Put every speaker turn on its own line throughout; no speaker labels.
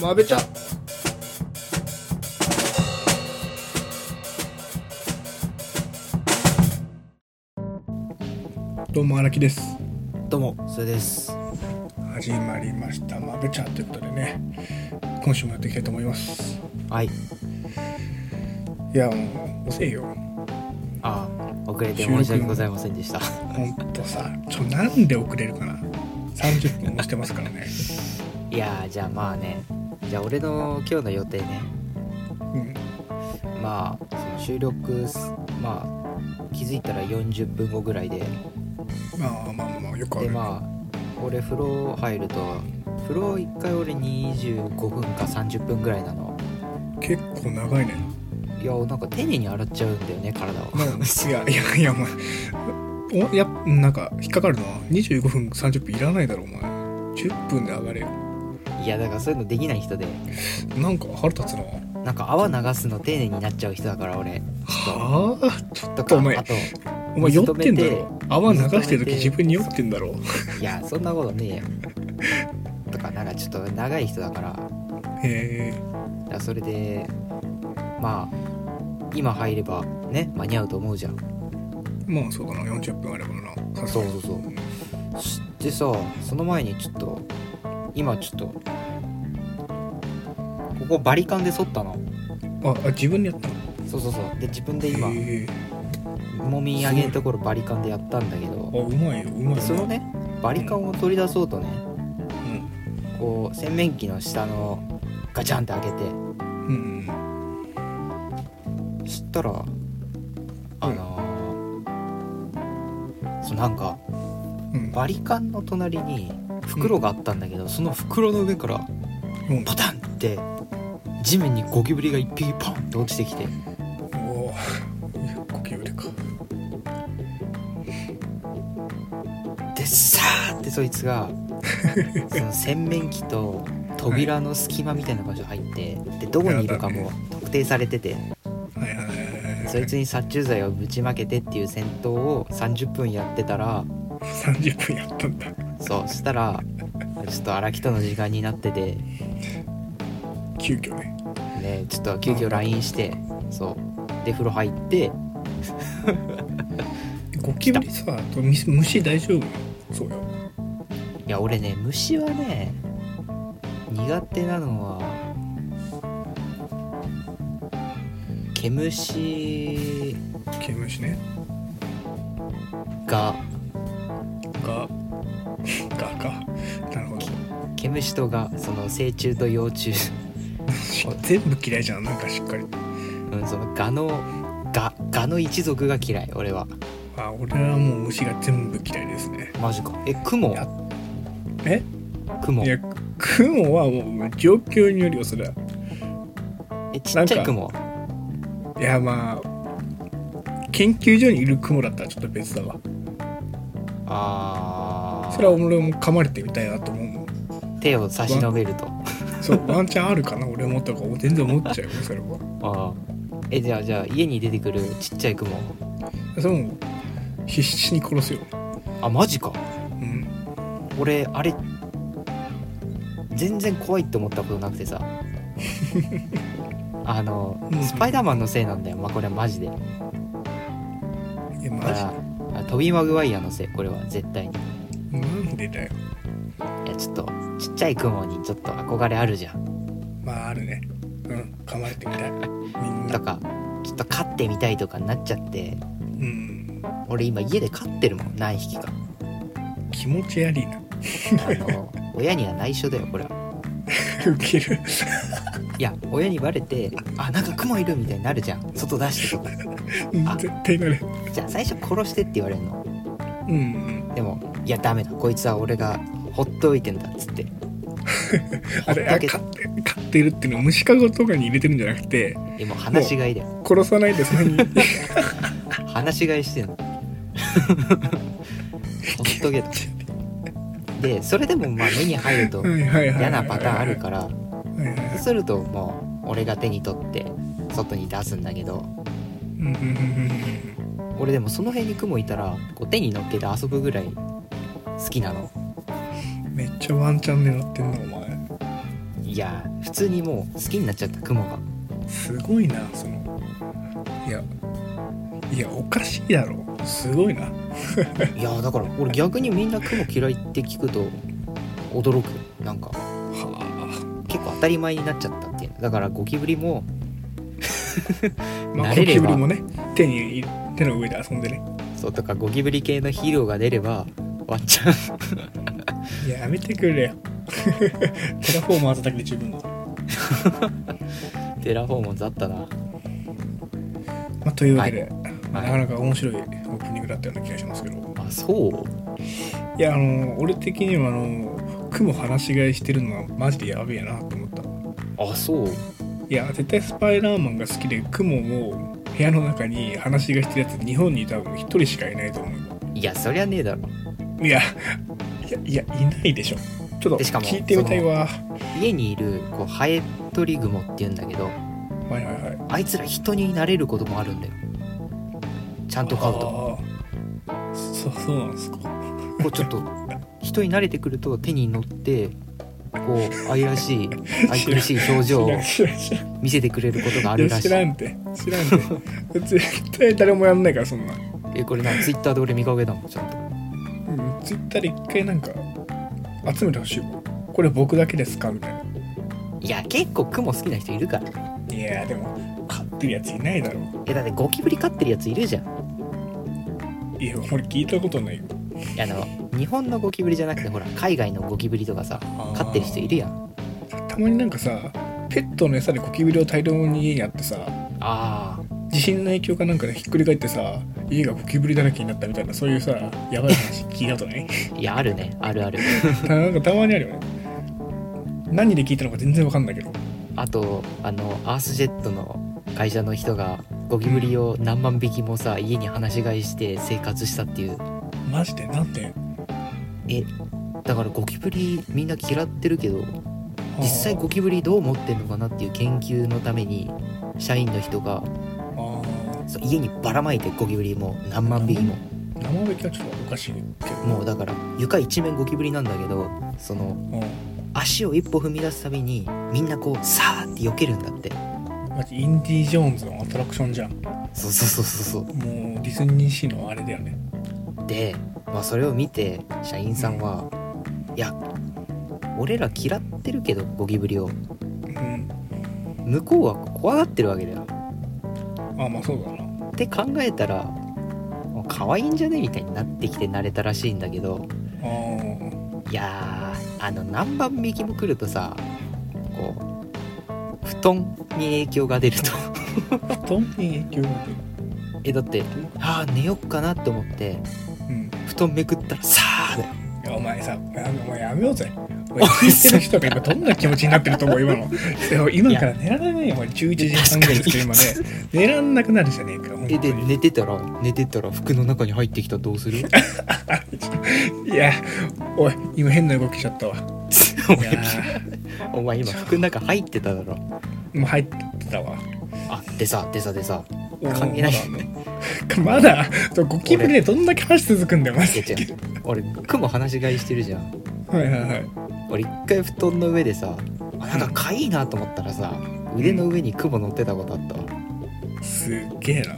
まべちゃどうも荒木です
どうも、それです。
始まりましたまべちゃということでね今週もやっていきたいと思います
はい。
いやもう遅いよ
ああ、遅れて申し訳ございませんでした。
ほんとさちょなんで遅れるかな30分もしてますからね
いやー、じゃあまあね。じゃあ俺の今日の予定ね。
うん
まあ、その収録す、まあ、気づいたら40分後ぐらいで。
まあまあまあまあよくあ
で、
る、
まあ、俺風呂入ると、風呂1回俺25分か30分ぐらいなの。
結構長いね
いや、なんか丁寧に洗っちゃうんだよね、体を。
ま あ、いやいやいやお前おやなんか引っかかるのは25分30分いらないだろお前10分で上がれよ
いや、だからそういうのできない人で。
なんか腹立つな
なんか泡流すの丁寧になっちゃう人だから俺。
はあちょっ
と
と
か、
お前
あと、い
お前酔ってんだ
水止
ろ泡流してる時
水止めて
自分に酔ってんだろ
や、そんなことねえよ。とか、なんかちょっと長い人だから、
へ
だからそれで、まあ、今入ればね、間に合うと思うじゃん。
えまあそうだな40分あればなさすがに
そうそうそうんでさ、その前にちょっと、今ちょっと、ここバリカンで剃ったの。
ああ自分にやったの
そうそうそう。で、自分で今、
へえ
もみ上げのところバリカンでやったんだけ
あ
ど、
うまいようまいよ
でその、ね、バリカンを取り出そうとね、こう洗面器の下のガチャンって開けて
うん、うん
そしたらあのーそうなんか
うん
バリカンの隣に袋があったんだけど、その袋の上から
うん
パタンって地面にゴキブリが一匹パンって落ちてきて
おお呼吸でか
でさーってそいつ がその洗面器と扉の隙間みたいな場所入ってでどこにいるかも特定されてて
はいはいはいはい
そいつに殺虫剤をぶちまけてっていう戦闘を30分やってたら
30分やったんだ
そうしたらちょっと荒木との時間になってて
急遽ね
ねちょっと急遽 LINE してそうで風呂入って
ゴキブリさ虫虫大丈夫そうよ
いや俺ね虫はね苦手なのは毛虫
毛虫ね
が
ががかなるほど
毛虫とがその成虫と幼虫、
全部嫌いじゃんなんかしっかり
うん、そのガのガガの一族が嫌い俺は
あ俺はもう虫が全部嫌いですね
マジかえクモ
いやえ
クモ
い
え
や雲はもう状況によりよそれは
ちっち
な
ゃ
んか
いクモ
いやまあ研究所にいる雲だったらちょっと別だわ
あー
それは俺も噛まれてみたいなと思うもん
手を差し伸べると
そうワンチャンあるかな俺もとか全然思っちゃうよそれは
ああえじゃあじゃあ家に出てくるちっちゃいクモ
それも必死に殺すよ
あマジか
うん
俺あれ全然怖いって思ったことなくてさ あの
うん
スパイダーマンのせいなんだよまあこれはマジでだ
いやマ
か
ジ
らあトビー・マグワイアのせいこれは絶対にい
なんでだよ
やちょっとちっちゃいクモにちょっと憧れあるじゃん
まああるねうん噛まれてみたいみん
と
な
かちょっと飼ってみたいとかになっちゃって
うん
俺今家で飼ってるもん何匹か
気持ち悪いな
あの親には内緒だよこれは
ウケる
いや親にバレて「あなんかクモいる」みたいになるじゃん外出して とかあ
絶対なれ
じゃあ最初殺してって言われるの
うん
でも「いやダメだこいつは俺がほっといてんだ」っつって
あれ
ほっ
あ
とけ
飼って飼ってるっていうのは虫かごとかに入れてるんじゃなくて
えもう話し飼いだよ
殺さないでそんな に
話し飼い してんのほっとけとでそれでもまあ目に入ると
はいはいはい
嫌なパターンあるから
はいはいは
そ
い
うするともう俺が手に取って外に出すんだけど
うんうんうん
俺でもその辺にクモいたらこう手に乗っけて遊ぶぐらい好きなの
うんうんめっちゃワンチャン狙ってんなお前
いいや普通にもう好きになっちゃった雲が
すごいなそのいやいやおかしいやろすごいない
やだから俺逆にみんな雲嫌いって聞くと驚くなんか
は
結構当たり前になっちゃったっていうだからゴキブリも
あまあ
慣
ゴ
れ
キ
れ
ブ
ば
リもね手に手の上で遊んでね
そうとかゴキブリ系のヒーローが出れば終わっちゃう
いややめてくれ よテラフォーマーズだけで十分だ
テラフォーマンズあったな
まあ、というわけで、まあ
は
な
い
かなか面白いオープニングだったような気がしますけど
あそう
いやあの俺的にはあの雲話し飼いしてるのはマジでやべえなと思った
あそう
いや絶対スパイダーマンが好きで雲も部屋の中に話し飼いしてるやつ日本に多分一人しかいないと思
いやそりゃねえだろ
ういやいやいやいないでしょちょっと
でしかも
聞いてみたいわ
家にいるこうハエトリグモっていうんだけど
はいはいはい
あいつら人になれることもあるんだよちゃんと飼うと
あーそそうなんですか
こうちょっと人に慣れてくると手に乗ってこう愛 らしい愛くるしい表情を
知らん知らん知らん
見せてくれることがあ
い
る
や
らし
知
い
らんて知らん て絶対誰もやんないからそんな
えこれなツイッターで俺見かけたもんちゃんと
うん、ツイッターで一回なんか集めてほしいもんこれ僕だけですかみたいない
や結構雲好きな人いるから
いやーでも飼ってるやついないだろ
えだってゴキブリ飼ってるやついるじゃん
いや俺聞いたことないよ
いやあの日本のゴキブリじゃなくてほら海外のゴキブリとかさ飼ってる人いるやん
たまになんかさペットの餌でゴキブリを大量に家にあってさ
あー
地震の影響かなんかでひっくり返ってさ家がゴキブリだらけになったみたいなそういうさやばい話聞いたこと ない
いやあるねある ある
たなんかたまにあるよね何で聞いたのか全然わかんないけど
あとあのアースジェットの会社の人がゴキブリを何万匹もさ家に放し飼いして生活したっていう
マジでなんで
えだからゴキブリみんな嫌ってるけど実際ゴキブリどう思ってんのかなっていう研究のために社員の人
あ
が
ー
そう家にばらまいてゴキブリも何万匹も
生引きはちょっとおかしいけど
もうだから床一面ゴキブリなんだけどその
うん
足を一歩踏み出すたびにみんなこうさーって避けるんだって
マジインディ・ジョーンズのアトラクションじゃんも
そうそうそうそうそう
ディズニーシーのあれだよね
うで、まあ、それを見て社員さんは「いや俺ら嫌ってるけどゴキブリ
う
を
ん
向こうは怖がってるわけだよ」
あまあそうだな
って考えたらもう可愛いんじゃねみたいになってきて慣れたらしいんだけど
あー
いやーあの何番右も来るとさこう布団に影響が出ると
布 団に影響が出る
えだってあー寝よっかなと思って
うん
布団めくったらさあだよ
いやお前さお前やめようぜお前聞いてる人が今どんな気持ちになってると思う今のでも今から寝られないよお前11時半ぐらいですよ今ね寝らんなくなるじゃねえか本当
えで
に
寝てたら寝てたら服の中に入ってきたらどう する
いやおい今変な動きしちゃったわい
お
や
前お前今服の中入ってただろ
ーもう入ってたわ
あでさでさでさ
おー
関係ない
まだあんの まだそうゴキブリでどんだけ話続くんだよマジで
いや違 う俺雲話し飼いしてるじゃん
はいはいはい
俺一回布団の上でさあなんかかいいなと思ったらさ腕の上に雲乗ってたことあったわ
すっげえな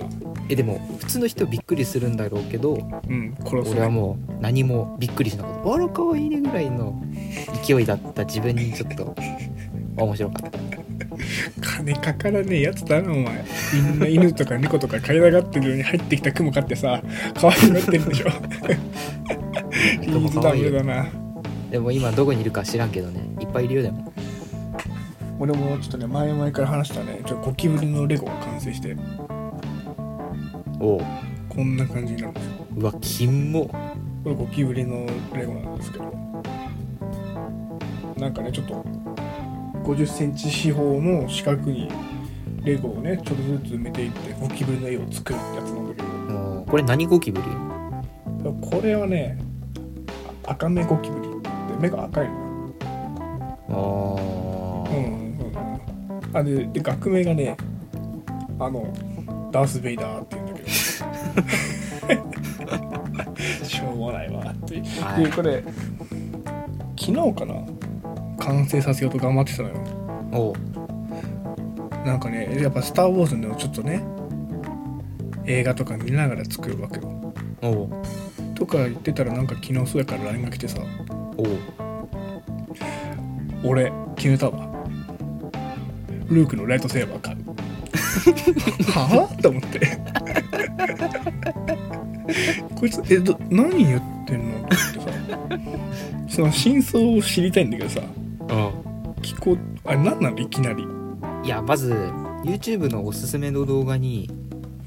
えでも普通の人びっくりするんだろうけど
うん殺す
俺はもう何もびっくりしなかったあらかわいいねぐらいの勢いだった自分にちょっと 面白かった
金かからねえやつだなお前みんな犬とか猫とか飼いたがってるのに入ってきた雲飼ってさ可愛くなってる でしょリーズ
可
ダ
愛い
ブ
よ
ルだな
でも今どこにいるか知らんけどねいっぱいいるよでも
俺もちょっとね前々から話したねちょっとゴキブリのレゴが完成して
おう
こんな感じになるんですよ
うわキモ
これゴキブリのレゴなんですけどなんかねちょっと5 0センチ四方の四角にレゴをねちょっとずつ埋めていってゴキブリの絵を作るってやつなんだけど
もうこれ何ゴキブリ
これはねあ赤目ゴキブリって目が赤いの
あ
うんう
ー
んうんあでで学名がねあのダース・ベイダーって言うんだ けどしょうもないわっていう
はい
これ昨日かな完成させようと頑張ってたのよ
おう
なんかねやっぱ「スター・ウォーズ」のちょっとね映画とか見ながら作るわけよ
おう
とか言ってたらなんか昨日そうやから LINE が来てさ
おう
「俺決めたわルークのライトセーバー買う」はあと思ってこいつえど何言ってんのってさその真相を知りたいんだけどさ
う
聞こうあれ何なのいきなり
んいやまず YouTube のおすすめの動画に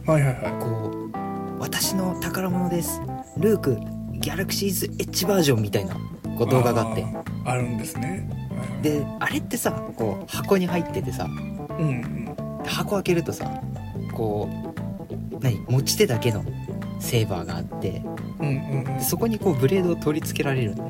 はいはいは
こう「私の宝物ですルークギャラクシーズエッジバージョン」みたいなこう
い
動画があって
ーあるんですねはいはい
であれってさこう箱に入っててさ
うんうん
箱開けるとさこう何持ち手だけのセーバーがあって
うん
でそこにこうブレードを取り付けられるんだよ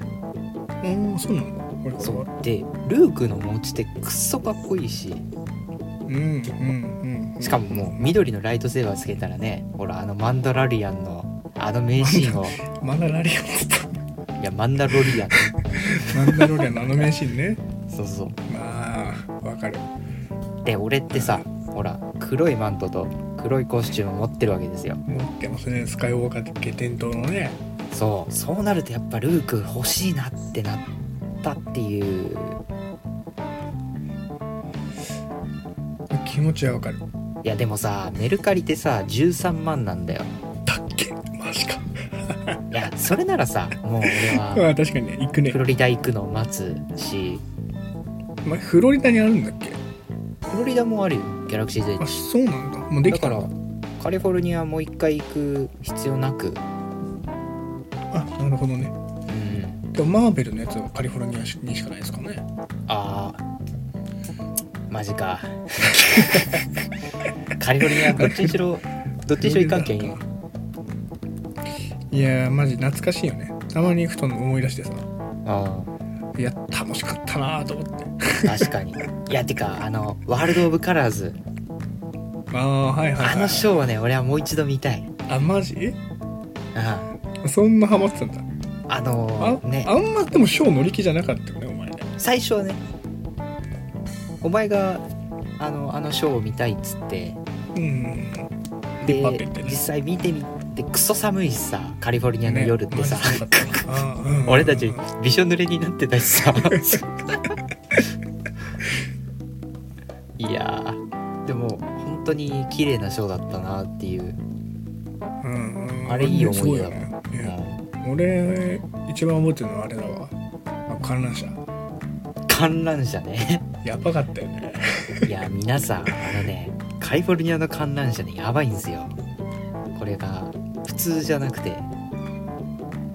うんうんそうなんだこれこれ
そう
は
でルークの持ち手くっそかっこいいし
うんうんうん
しかももう緑のライトセーバーつけたらねほらあのマンダラリアンのあの名シーンをい
マンダラリアン って言っ
やマンダロリアン
たマンダロリアンのあの名シーンね
そうそう
まあわかる
で俺ってさほら黒いマントと黒いコスチューム持ってるわけですよ
持ってますねスカイウォーカーって伝統のね
そうそうなるとやっぱルーク欲しいなってなったっていう
気持ちはわかる
いやでもさメルカリってさ13万なんだよ
だっけマジか
いやそれならさもう俺 は
まあ確かにね行くね
フロリダ行くのを待つし
まあフロリダにあるんだっけ
フロリダもあるよギャラクシーズエッ
あ
ジ
そうなんだもうで
だ
き
か
た
ら
の
カリフォルニアもう一回行く必要なく
あなるほどね
うん
でもマーベルのやつはカリフォルニアにしかないですかね
あーマ ジかカリフォルニアどっちにしろどっちにしろ行かんけんよ
いやーマジ懐かしいよねたまに行くと思い出してさ
あ
いや楽しかったなーと思って
ー確かにいやてかあのワールド・オブ・カラーズ
ああはいはい、はい、
あのショーはね俺はもう一度見たい
あマジ
うん
そんなハマってたんだ
あ
あ,、
のーね
あんまでもショー乗り気じゃなかったよねお前ね
最初はねお前があのあのショーを見たいっつって
うん
で
待ってってね
実際見てみてクソ寒いしさカリフォルニアの夜ってさ、
ねマジ寒かったわあーうん
俺たちびしょ濡れになってたしさいやーでも本当に綺麗なショーだったなっていう、
うんうん
あれいい
すご
思い
い
出だ
よ
もん
ね
う
いや
ん
俺一番覚えてるのはあれだわあ観覧車
観覧車ね
やばかったよね
いや皆さんあのねカリフォルニアの観覧車ねやばいんですよこれが普通じゃなくて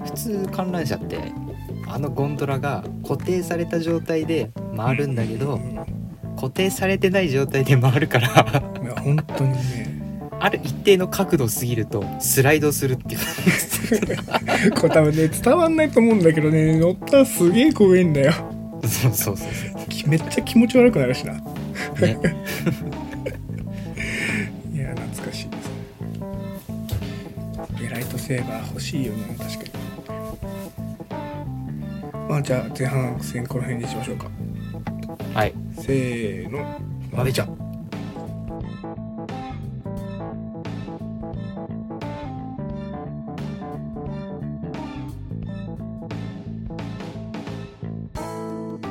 普通観覧車ってあのゴンドラが固定された状態で回るんだけ
う
ど
んい
固定されてない状態で回るから
や本当にね
ある一定の角度過ぎるとスライドするっていう
これ多分ね伝わんないと思うんだけどね乗ったらすげえ怖いんだよ
そうそうそうそ、
きめっちゃ気持ち悪くなるしないう
ね、
や懐かしいですねいやライトセーバー欲しいよね確かにまあじゃあ前半戦この辺にしましょうか
はい
せーの
まべちゃん